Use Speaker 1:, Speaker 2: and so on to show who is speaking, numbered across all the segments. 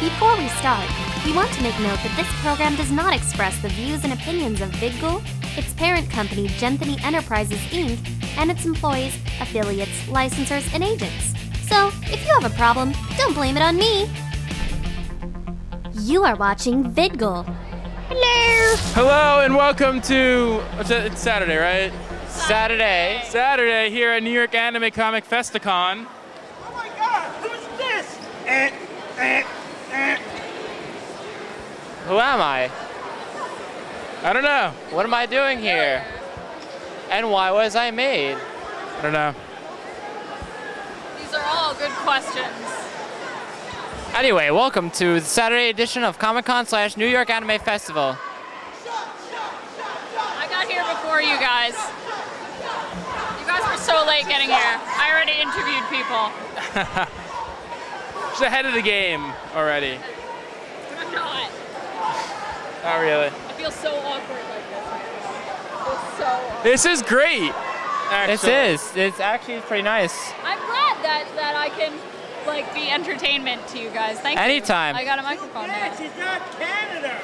Speaker 1: Before we start, we want to make note that this program does not express the views and opinions of VidGul, its parent company Genthany Enterprises Inc., and its employees, affiliates, licensors, and agents. So, if you have a problem, don't blame it on me. You are watching VidGul. Hello.
Speaker 2: Hello and welcome to it's it's Saturday, right? Saturday. Saturday here at New York Anime Comic Festicon.
Speaker 3: Oh my god, who's this? Eh, eh, eh.
Speaker 4: Who am I?
Speaker 2: I don't know.
Speaker 4: What am I doing here? And why was I made?
Speaker 2: I don't know.
Speaker 5: These are all good questions.
Speaker 4: Anyway, welcome to the Saturday edition of Comic Con slash New York Anime Festival.
Speaker 5: I got here before you guys. You guys were so late getting here. I already interviewed people.
Speaker 2: She's ahead of the game already.
Speaker 5: I'm not.
Speaker 2: Not really.
Speaker 5: I feel so awkward like this. I feel so awkward.
Speaker 2: This is great.
Speaker 4: This
Speaker 2: Actually.
Speaker 4: is. It's actually pretty nice.
Speaker 5: I'm glad that that I can like be entertainment to you guys. Thank you.
Speaker 4: Anytime.
Speaker 5: I got a microphone. now.
Speaker 3: This is not Canada.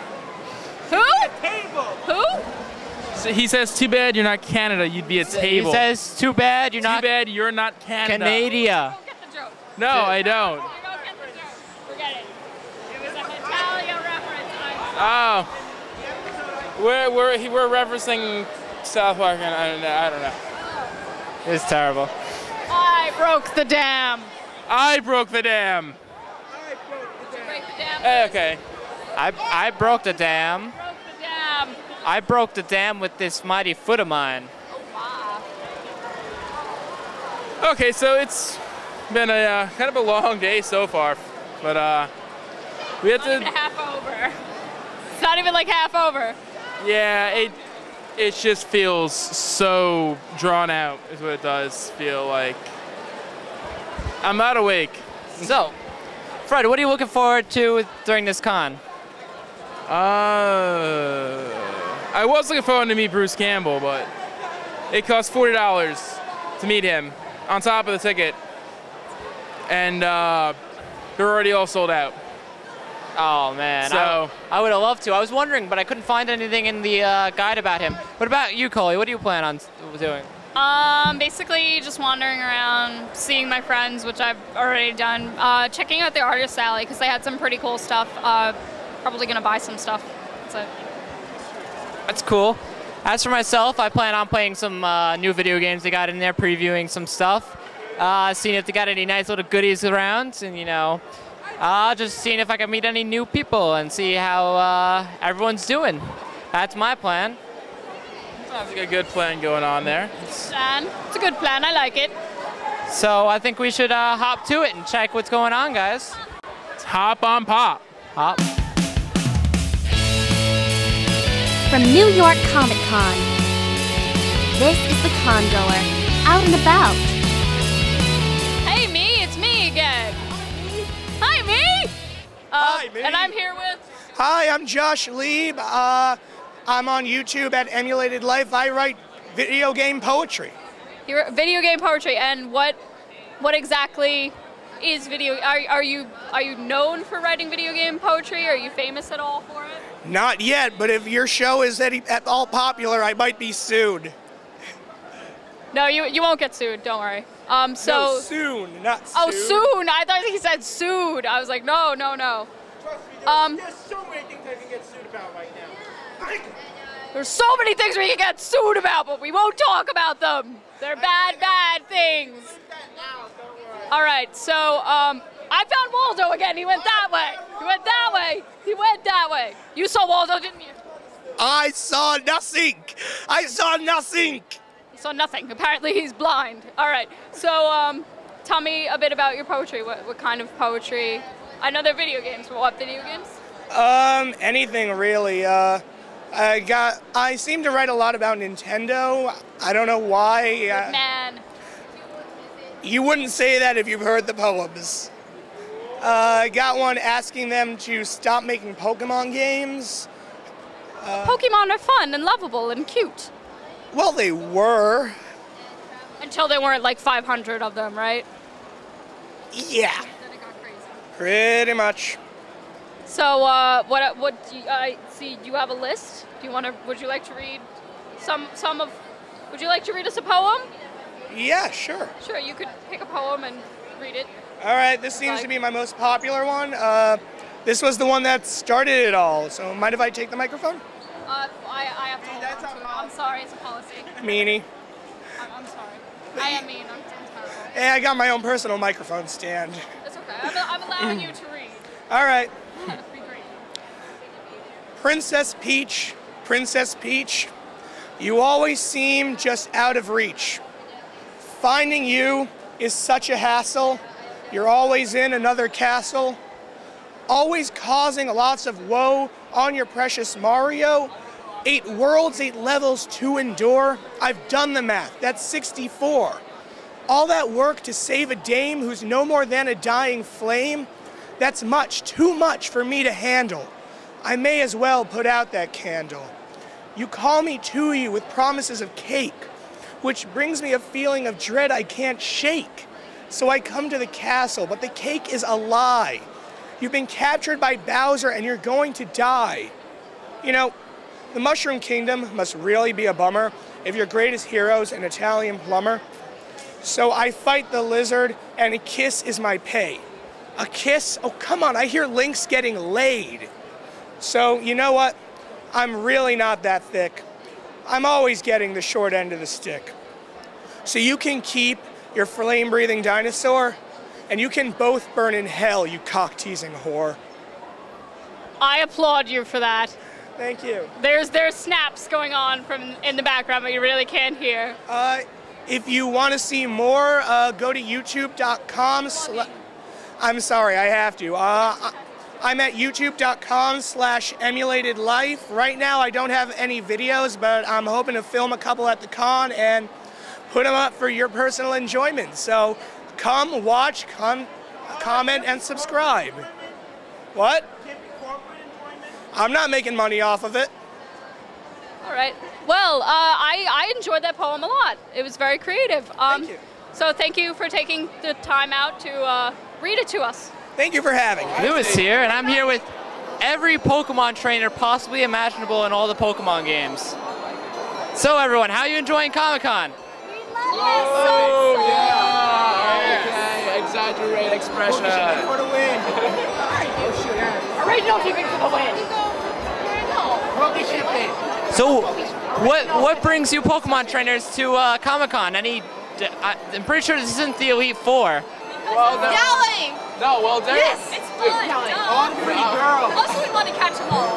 Speaker 5: Who?
Speaker 3: Table.
Speaker 5: Who?
Speaker 2: Uh, So he says, "Too bad you're not Canada. You'd be a
Speaker 4: He
Speaker 2: table."
Speaker 4: says, "Too bad you're
Speaker 2: "Too
Speaker 4: not
Speaker 2: bad you're not Canada."
Speaker 4: Canada."
Speaker 5: Don't get the joke.
Speaker 2: No, I don't.
Speaker 5: You don't get the joke. Forget it. It was a Natalia reference. I'm sorry.
Speaker 2: Oh, we're we're he- we're referencing South Park, and I don't know. I don't know.
Speaker 4: It's terrible.
Speaker 5: I broke the dam.
Speaker 2: I broke the dam.
Speaker 5: Break the dam.
Speaker 2: Eh, okay.
Speaker 4: I I broke the dam.
Speaker 5: Broke the dam.
Speaker 4: I broke the dam with this mighty foot of mine.
Speaker 5: Wow.
Speaker 2: Okay, so it's been a uh, kind of a long day so far, but uh, we had
Speaker 5: Not even
Speaker 2: to.
Speaker 5: half over. It's not even like half over.
Speaker 2: Yeah, it it just feels so drawn out. Is what it does feel like. I'm not awake.
Speaker 4: So, Fred, what are you looking forward to during this con?
Speaker 2: Uh, I was looking forward to meet Bruce Campbell, but it cost forty dollars to meet him on top of the ticket, and uh, they're already all sold out.
Speaker 4: Oh man,
Speaker 2: So-
Speaker 4: I, I would have loved to. I was wondering, but I couldn't find anything in the uh, guide about him. What about you, Coley? What do you plan on s- doing?
Speaker 5: Um, basically, just wandering around, seeing my friends, which I've already done. Uh, checking out the artist alley because they had some pretty cool stuff. Uh, probably gonna buy some stuff. That's it.
Speaker 4: That's cool. As for myself, I plan on playing some uh, new video games they got in there, previewing some stuff, uh, seeing if they got any nice little goodies around, and you know, uh, just seeing if I can meet any new people and see how uh, everyone's doing. That's my plan.
Speaker 2: Sounds like a good plan going on there.
Speaker 5: Plan. It's a good plan. I like it.
Speaker 4: So I think we should uh, hop to it and check what's going on, guys.
Speaker 2: Hop on pop.
Speaker 4: Hop.
Speaker 1: From New York Comic Con. This is the Congoer, out and about.
Speaker 5: Hey, me. It's me again. Hi, me. Uh, Hi,
Speaker 3: me.
Speaker 5: And I'm here with.
Speaker 3: Hi, I'm Josh Lieb. Uh, I'm on YouTube at Emulated Life. I write video game poetry.
Speaker 5: He wrote video game poetry and what what exactly is video are, are you are you known for writing video game poetry are you famous at all for it
Speaker 3: Not yet, but if your show is at, at all popular, I might be sued.
Speaker 5: no you you won't get sued don't worry um so
Speaker 3: no, soon, not soon.
Speaker 5: oh soon i thought he said sued i was like no no no
Speaker 3: Trust me, there's,
Speaker 5: Um,
Speaker 3: there's so many things I can get sued about right now.
Speaker 5: there's so many things we can get sued about but we won't talk about them they're bad bad things all right so um i found waldo again he went that way he went that way he went that way you saw waldo didn't you
Speaker 3: I saw nothing. I saw nothing.
Speaker 5: So nothing. Apparently he's blind. All right. So um, tell me a bit about your poetry. What, what kind of poetry? I know they're video games, but what video games?
Speaker 3: Um, anything really. Uh, I got. I seem to write a lot about Nintendo. I don't know why. Uh,
Speaker 5: Man,
Speaker 3: you wouldn't say that if you've heard the poems. Uh, I got one asking them to stop making Pokemon games.
Speaker 5: Pokemon are fun and lovable and cute.
Speaker 3: Well, they were.
Speaker 5: Until there weren't like 500 of them, right?
Speaker 3: Yeah. Pretty much.
Speaker 5: So uh, what? What do you, I see? Do you have a list? Do you want to? Would you like to read some? Some of? Would you like to read us a poem?
Speaker 3: Yeah, sure.
Speaker 5: Sure, you could pick a poem and read it.
Speaker 3: All right, this seems to be my most popular one. Uh, this was the one that started it all, so mind if I take the microphone?
Speaker 5: Uh, I, I have to hold on to it. I'm sorry, it's a policy.
Speaker 3: Meanie.
Speaker 5: I'm, I'm sorry. I am mean. I'm, I'm terrible.
Speaker 3: Hey, I got my own personal microphone stand.
Speaker 5: It's okay. I'm, I'm allowing you to read.
Speaker 3: All right.
Speaker 5: Be great.
Speaker 3: Princess Peach, Princess Peach, you always seem just out of reach. Finding you is such a hassle. You're always in another castle, always causing lots of woe on your precious Mario. Eight worlds, eight levels to endure. I've done the math, that's 64. All that work to save a dame who's no more than a dying flame, that's much, too much for me to handle. I may as well put out that candle. You call me to you with promises of cake, which brings me a feeling of dread I can't shake. So I come to the castle, but the cake is a lie. You've been captured by Bowser and you're going to die. You know, the Mushroom Kingdom must really be a bummer if your greatest hero's an Italian plumber. So I fight the lizard, and a kiss is my pay. A kiss? Oh, come on, I hear Link's getting laid. So, you know what? I'm really not that thick. I'm always getting the short end of the stick. So you can keep your flame breathing dinosaur, and you can both burn in hell, you cock teasing whore.
Speaker 5: I applaud you for that.
Speaker 3: Thank you.
Speaker 5: There's there's snaps going on from in the background, but you really can't hear.
Speaker 3: Uh, if you want to see more, uh, go to youtube.com. Sla- I'm sorry, I have to. Uh, I- I'm at youtube.com slash emulated life. Right now, I don't have any videos, but I'm hoping to film a couple at the con and put them up for your personal enjoyment. So come watch, come comment, and subscribe. What? I'm not making money off of it.
Speaker 5: All right. Well, uh, I, I enjoyed that poem a lot. It was very creative. Um,
Speaker 3: Thank you.
Speaker 5: So thank you for taking the time out to uh, read it to us.
Speaker 3: Thank you for having me.
Speaker 4: Lewis here, and I'm here with every Pokemon trainer possibly imaginable in all the Pokemon games. So everyone, how are you enjoying Comic Con?
Speaker 2: Okay, exaggerate expression.
Speaker 4: So, what what brings you Pokemon trainers to uh, Comic Con? Any? I- I'm pretty sure this isn't the Elite Four.
Speaker 2: Well, no,
Speaker 5: Yelling!
Speaker 2: no, well, there.
Speaker 5: Yes! It's fun! Also, we want to catch them all.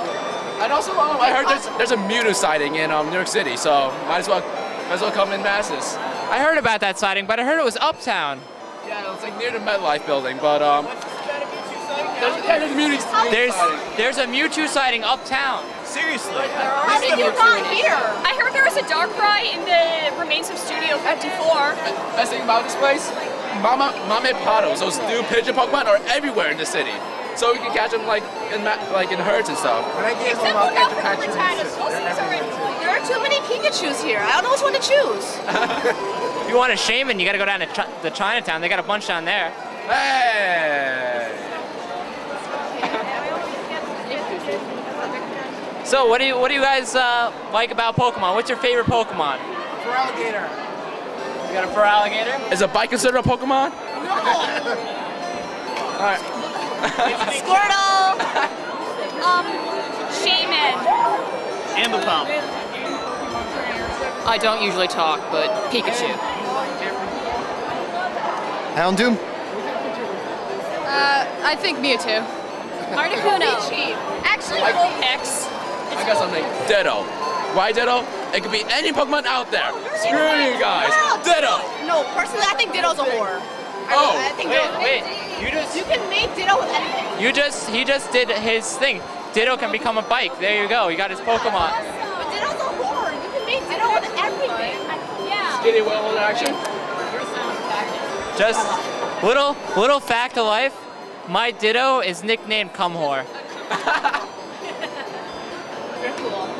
Speaker 2: And also, um, I heard there's there's a Mewtwo sighting in um, New York City, so might as well might as well come in masses.
Speaker 4: I heard about that sighting, but I heard it was Uptown.
Speaker 2: Yeah, it's like near the MetLife building, but um. There's, yeah, there's Mewtwo
Speaker 4: There's
Speaker 2: sighting.
Speaker 4: there's a Mewtwo sighting uptown.
Speaker 6: Seriously.
Speaker 5: How did you not hear? I heard there was a dark cry in the remains of Studio 54.
Speaker 2: Best thing about this place, Mama Mame Patos, those new pigeon Pokemon are everywhere in the city, so we can catch them like in ma- like in herds and stuff.
Speaker 7: Except for now for the Rattatas. Most of these are in- There are too many Pikachu's here. I don't know which one to choose.
Speaker 4: If you want a shaman, you got to go down to Chi- the Chinatown. They got a bunch down there.
Speaker 2: Hey.
Speaker 4: So what do you what do you guys uh, like about Pokemon? What's your favorite Pokemon?
Speaker 6: alligator.
Speaker 4: You got a fur alligator?
Speaker 2: Is a bike considered a Pokemon?
Speaker 7: Squirtle.
Speaker 5: Um, Shaman.
Speaker 6: Ambipom.
Speaker 8: I don't usually talk, but Pikachu.
Speaker 9: Houndoom?
Speaker 8: Uh, I think Mewtwo.
Speaker 5: Articuno. Actually,
Speaker 8: X.
Speaker 2: I got something. Ditto. Why Ditto? It could be any Pokemon out there. Screw you guys. Ditto.
Speaker 7: No, personally, I think Ditto's a whore. I,
Speaker 2: Oh,
Speaker 7: I think
Speaker 4: Wait,
Speaker 7: Ditto.
Speaker 4: wait. You just
Speaker 7: You can make Ditto with anything.
Speaker 4: you just he just did his thing. Ditto can become a bike. There you go. You got his Pokemon.
Speaker 7: But Ditto's a whore. You can make Ditto with everything.
Speaker 5: yeah.
Speaker 2: Skinny well in action.
Speaker 4: Just little little fact of life. My Ditto is nicknamed Cum Whore.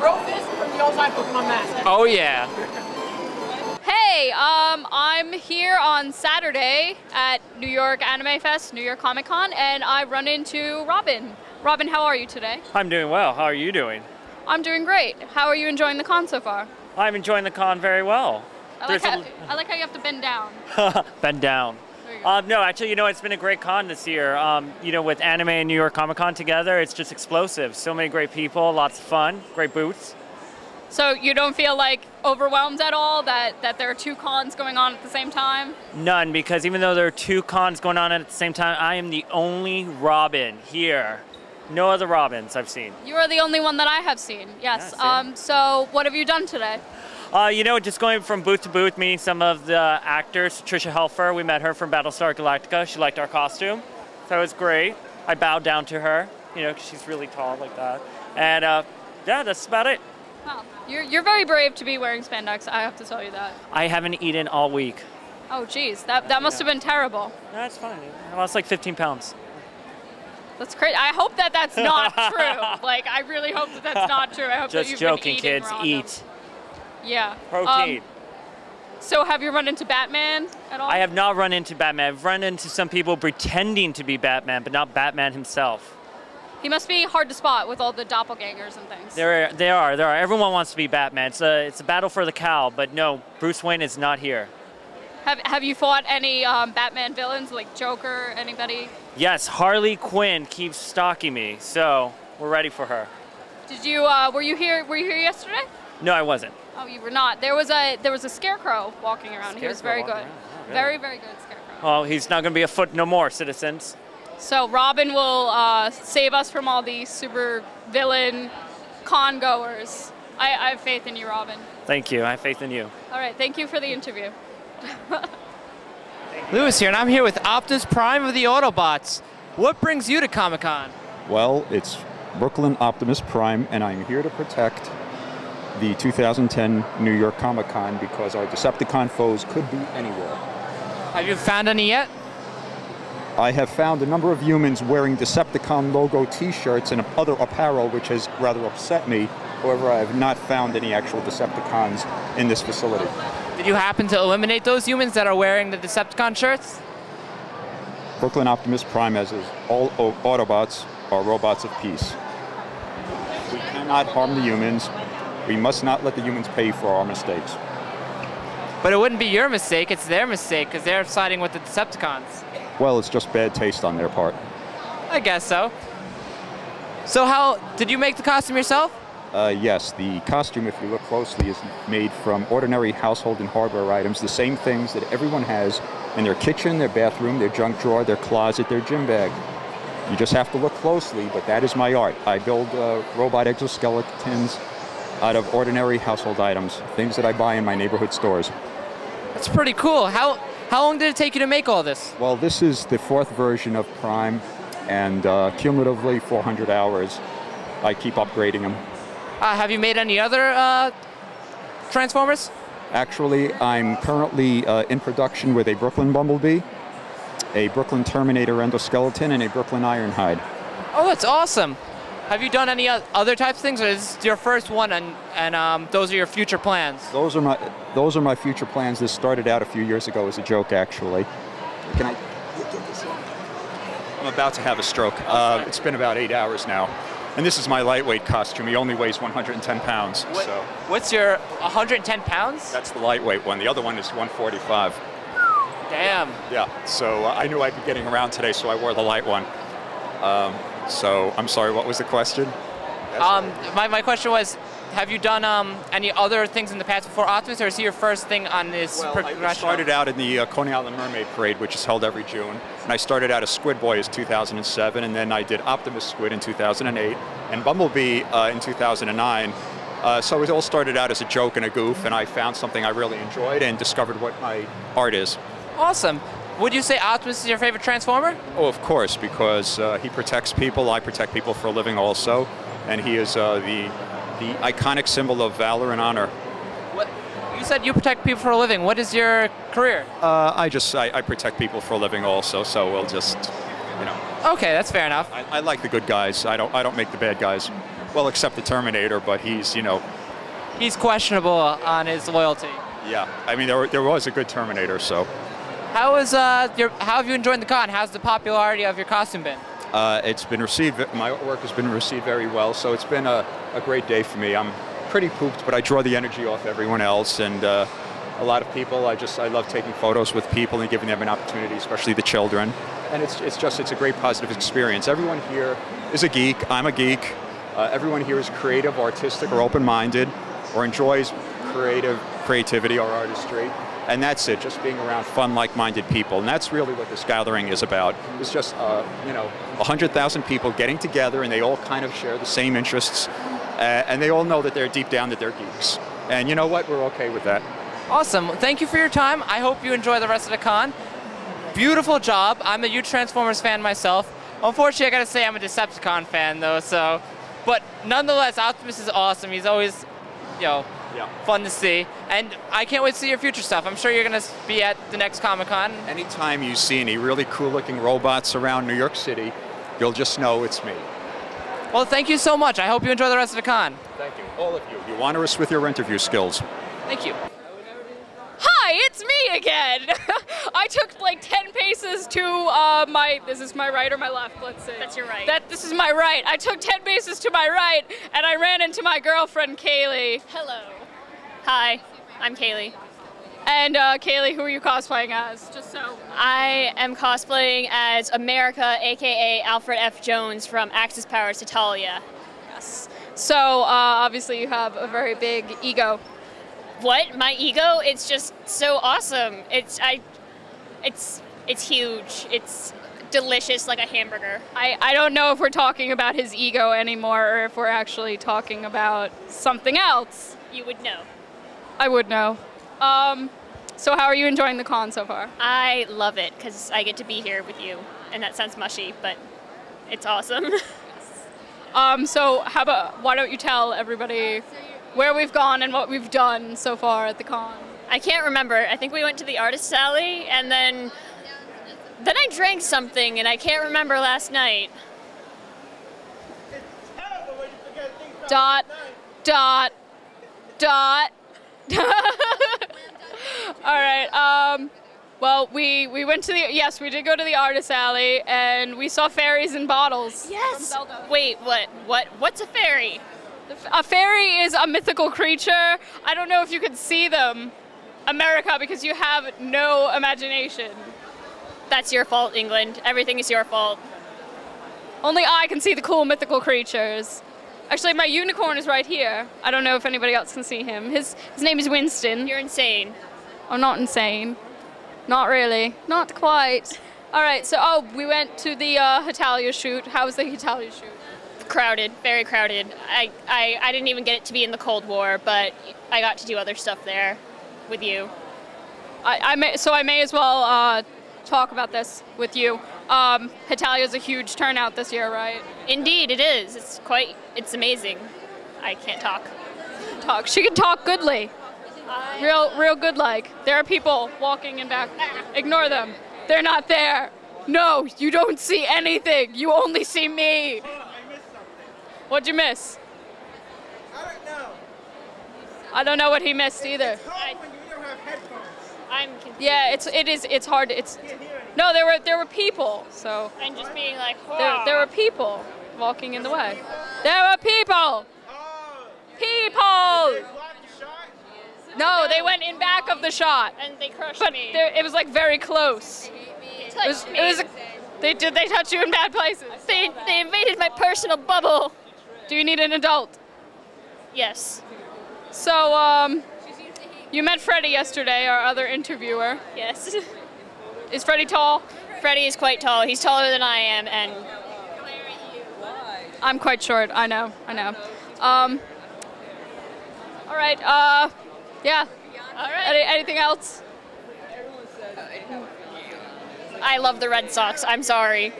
Speaker 8: Rofus from the old time Pokemon Master.
Speaker 4: Oh yeah.
Speaker 5: Hey, um, I'm here on Saturday at New York Anime Fest, New York Comic Con, and I run into Robin. Robin, how are you today?
Speaker 9: I'm doing well. How are you doing?
Speaker 5: I'm doing great. How are you enjoying the con so far?
Speaker 9: I'm enjoying the con very well.
Speaker 5: I like,
Speaker 9: There's a
Speaker 5: how, I like how you have to bend down.
Speaker 9: bend down. Um, no, actually, you know, it's been a great con this year. Um, you know, with anime and New York Comic Con together, it's just explosive. So many great people, lots of fun, great booths.
Speaker 5: So you don't feel like overwhelmed at all that, that there are two cons going on at the same time?
Speaker 9: None, because even though there are two cons going on at the same time, I am the only Robin here. No other Robins I've seen.
Speaker 5: You are the only one that I have seen. Yes.
Speaker 9: Yeah, same.
Speaker 5: um, so what have you done today?
Speaker 9: Uh, you know, just going from booth to booth, meeting some of the actors. Trisha Helfer, we met her from Battlestar Galactica. She liked our costume, so it was great. I bowed down to her, you know, 'cause she's really tall like that. And uh, yeah, that's about it.
Speaker 5: Wow. You're, you're very brave to be wearing spandex. I have to tell you that.
Speaker 9: I haven't eaten all week.
Speaker 5: Oh, geez, that, that must have been terrible.
Speaker 9: That's fine. I lost like 15 pounds.
Speaker 5: That's crazy. I hope that that's not true. Like, I really hope that that's not true. I hope that
Speaker 9: Just
Speaker 5: you've
Speaker 9: joking,
Speaker 5: been eating
Speaker 9: kids.
Speaker 5: raw
Speaker 9: Eat
Speaker 5: enough. Yeah.
Speaker 9: protein.
Speaker 5: Um, so, have you run into Batman at all?
Speaker 9: I have not run into Batman. I've run into some people pretending to be Batman, but not Batman himself.
Speaker 5: He must be hard to spot with all the doppelgangers and things.
Speaker 9: There, are, there are, there are. Everyone wants to be Batman. It's a, it's a battle for the cow. But no, Bruce Wayne is not here.
Speaker 5: Have, have you fought any um, Batman villains like Joker? Anybody?
Speaker 9: Yes, Harley Quinn keeps stalking me, so we're ready for her.
Speaker 5: Did you? Uh, were you here? Were you here yesterday?
Speaker 9: No, I wasn't.
Speaker 5: Oh, you were not. There was a there was a scarecrow walking around. he was
Speaker 9: Scarecrow
Speaker 5: very good.
Speaker 9: walking around, yeah,
Speaker 5: Very
Speaker 9: really.
Speaker 5: very good scarecrow.
Speaker 9: Well, he's not going to be a foot no more, citizens.
Speaker 5: So Robin will uh, save us from all these super villain con goers. I, I have faith in you, Robin.
Speaker 9: Thank you. I have faith in you.
Speaker 5: All right, thank you for the interview.
Speaker 4: Lewis here, and I'm here with Optimus Prime of the Autobots. What brings you to Comic Con?
Speaker 10: Well, it's Brooklyn Optimus Prime, and I'm here to protect the 2010 New York Comic Con because our Decepticon foes could be anywhere.
Speaker 4: Have you found any yet?
Speaker 10: I have found a number of humans wearing Decepticon logo t shirts and other apparel, which has rather upset me. However, I have not found any actual Decepticons in this facility.
Speaker 4: Did you happen to eliminate those humans that are wearing the Decepticon shirts?
Speaker 10: Brooklyn Optimus Prime, as is all o- Autobots, are robots of peace. We cannot harm the humans. We must not let the humans pay for our mistakes.
Speaker 4: But it wouldn't be your mistake, it's their mistake, because they're siding with the Decepticons.
Speaker 10: Well, it's just bad taste on their part.
Speaker 4: I guess so. So, how did you make the costume yourself?
Speaker 10: Uh, yes, the costume, if you look closely, is made from ordinary household and hardware items, the same things that everyone has in their kitchen, their bathroom, their junk drawer, their closet, their gym bag. You just have to look closely, but that is my art. I build uh, robot exoskeletons out of ordinary household items, things that I buy in my neighborhood stores.
Speaker 4: That's pretty cool. How how long did it take you to make all this?
Speaker 10: Well, this is the fourth version of Prime, and uh, cumulatively 400 hours. I keep upgrading them.
Speaker 4: Uh, have you made any other uh, Transformers?
Speaker 10: Actually, I'm currently uh, in production with a Brooklyn Bumblebee, a Brooklyn Terminator endoskeleton, and a Brooklyn Ironhide.
Speaker 4: Oh, that's awesome. Have you done any o- other types of things, or is this your first one, and and um, those are your future plans?
Speaker 10: Those are my those are my future plans. This started out a few years ago as a joke, actually. Can I? I'm about to have a stroke. Uh, it's been about eight hours now, and this is my lightweight costume. He only weighs 110 pounds, so
Speaker 4: What's your 110 pounds?
Speaker 10: that's the lightweight one. The other one is 145.
Speaker 4: Damn.
Speaker 10: Yeah. So uh, I knew I'd be getting around today, so I wore the light one. Um, so I'm sorry. What was the question?
Speaker 4: Um, my, my question was, have you done um, any other things in the past before Optimus, or is he your first thing on this
Speaker 10: I
Speaker 4: progression?
Speaker 10: started out in the uh, Coney Island Mermaid Parade, which is held every June. And I started out as Squid Boy in 2007, and then I did Optimus Squid in 2008, and Bumblebee uh, in 2009. Uh, so it all started out as a joke and a goof, and I found something I really enjoyed and discovered what my art is.
Speaker 4: Awesome. Would you say Optimus is your favorite Transformer?
Speaker 10: Oh, of course, because uh, he protects people. I protect people for a living also, and he is uh, the the iconic symbol of valor and honor.
Speaker 4: What, you said you protect people for a living. What is your career?
Speaker 10: Uh, I just I, I protect people for a living also, so we'll just you know.
Speaker 4: Okay, that's fair enough.
Speaker 10: I, I like the good guys. I don't. I don't make the bad guys. Well, except the Terminator, but he's you know
Speaker 4: He's questionable on his loyalty.
Speaker 10: Yeah, I mean, there, were- there was a good Terminator, so
Speaker 4: How is uh your how have you enjoyed the con? How's the popularity of your costume been?
Speaker 10: uh, it's been received, my work has been received very well, so it's been a, a great day for me. I'm pretty pooped, but I draw the energy off everyone else, and uh, a lot of people, I just, I love taking photos with people and giving them an opportunity, especially the children. And it's, it's just, it's a great positive experience. Everyone here is a geek, I'm a geek. Uh, everyone here is creative, artistic, or open-minded, or enjoys creative creativity or artistry. And that's it, just being around fun, like-minded people. And that's really what this gathering is about. It's just, uh, you know, 100,000 people getting together and they all kind of share the same interests. Uh, and they all know that they're deep down that they're geeks. And you know what? We're okay with that.
Speaker 4: Awesome. Thank you for your time. I hope you enjoy the rest of the con. Beautiful job. I'm a huge Transformers fan myself. Unfortunately, I gotta say I'm a Decepticon fan though. So, but nonetheless, Optimus is awesome. He's always, you know, fun to see. And I can't wait to see your future stuff. I'm sure you're gonna be at the next Comic Con.
Speaker 10: Anytime you see any really cool-looking robots around New York City, you'll just know it's me.
Speaker 4: Well, thank you so much. I hope you enjoy the rest of the con.
Speaker 10: Thank you, all of you. You honor us with your interview skills.
Speaker 4: Thank you.
Speaker 5: Hi, it's me again. I took like 10 paces to uh, my, this is my right or my left, let's see. That's your right. That, this is my right. I took 10 paces to my right and I ran into my girlfriend, Kaylee. Hello. Hi, I'm Kaylee. And uh, Kaylee, who are you cosplaying as? Just so.
Speaker 11: I am cosplaying as America, aka Alfred F. Jones from Axis Powers Italia. Yes.
Speaker 5: So, uh, obviously, you have a very big ego.
Speaker 11: What? My ego? It's just so awesome. It's I it's it's huge. It's delicious like a hamburger.
Speaker 5: I, I don't know if we're talking about his ego anymore or if we're actually talking about something else.
Speaker 11: You would know.
Speaker 5: I would know. Um, so, how are you enjoying the con so far?
Speaker 11: I love it cuz I get to be here with you. And that sounds mushy, but it's awesome.
Speaker 5: Um, so, how about why don't you tell
Speaker 11: Uh,
Speaker 5: everybody where we've gone and what we've done so far at the con?
Speaker 11: I can't remember. I think we went to the artist alley and then then I drank something and I can't remember last night.
Speaker 5: Dot, dot, dot. All right. Um, well, we we went to the yes, we did go to the artist alley and we saw fairies in bottles.
Speaker 11: Yes. Wait, what? What? What's a fairy?
Speaker 5: A fairy is a mythical creature. I don't know if you could see them, America, because you have no imagination.
Speaker 11: That's your fault, England. Everything is your fault.
Speaker 5: Only I can see the cool mythical creatures. Actually, my unicorn is right here. I don't know if anybody else can see him. His his name is Winston.
Speaker 11: You're insane.
Speaker 5: I'm not insane. Not really. Not quite. All right. So, oh, we went to the uh, Hitalia shoot. How was the Hitalia shoot?
Speaker 11: Crowded, very crowded. I, I, I didn't even get it to be in the Cold War, but I got to do other stuff there with you.
Speaker 5: I, I may, so I may as well uh, talk about this with you. Um, Italia's a huge turnout this year, right?
Speaker 11: Indeed, it is. It's quite. It's amazing. I can't talk.
Speaker 5: Talk. She can talk goodly. Real, real good. Like there are people walking in back. Ignore them. They're not there. No, you don't see anything. You only see me. What'd you miss? I don't know what he missed either.
Speaker 11: I'm confused.
Speaker 5: Yeah, it's it is it's hard. It's no, there were there were people. So
Speaker 11: And just being like,
Speaker 5: there,
Speaker 11: wow.
Speaker 5: there were people walking in the way. There were people. People. No, they went in back of the shot.
Speaker 11: And they crushed
Speaker 5: But
Speaker 11: me.
Speaker 5: there, it was like very close.
Speaker 11: It
Speaker 5: It was,
Speaker 11: touched
Speaker 5: it was a,
Speaker 11: me.
Speaker 5: they did they touch you in bad places? They, they invaded my personal bubble. Do you need an adult?
Speaker 11: Yes.
Speaker 5: So um, you met Freddie yesterday, our other interviewer.
Speaker 11: Yes.
Speaker 5: Is Freddie tall?
Speaker 11: Freddie is quite tall. He's taller than I am, and
Speaker 5: I'm quite short. I know. I know. Um, all right. Uh, yeah.
Speaker 11: All right.
Speaker 5: anything else?
Speaker 11: I love the Red Sox. I'm sorry.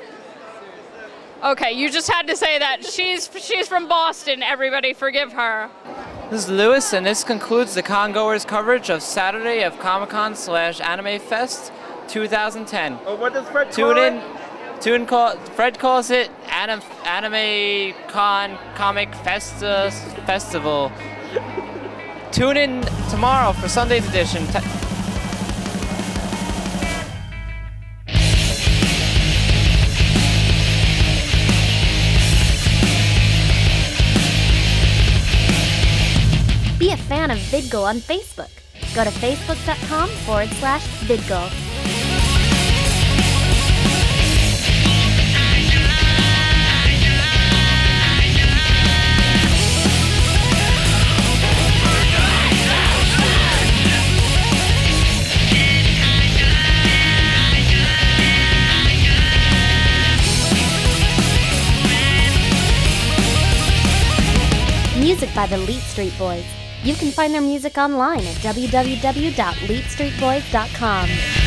Speaker 5: Okay. You just had to say that. She's she's from Boston. Everybody, forgive her.
Speaker 4: This is Lewis, and this concludes the Congoers coverage of Saturday of Comic Con slash Anime Fest 2010.
Speaker 6: Oh, what does Fred
Speaker 4: Tune
Speaker 6: call it?
Speaker 4: in. Tune call. Fred calls it anim, Anime Con Comic Festa Festival. uh, Tune in tomorrow for Sunday's edition. T-
Speaker 1: Be a fan of VidGo on Facebook. Go to facebook.com forward slash VidGo. Music by the Leet Street Boys. You can find their music online at www.leetstreetboys.com.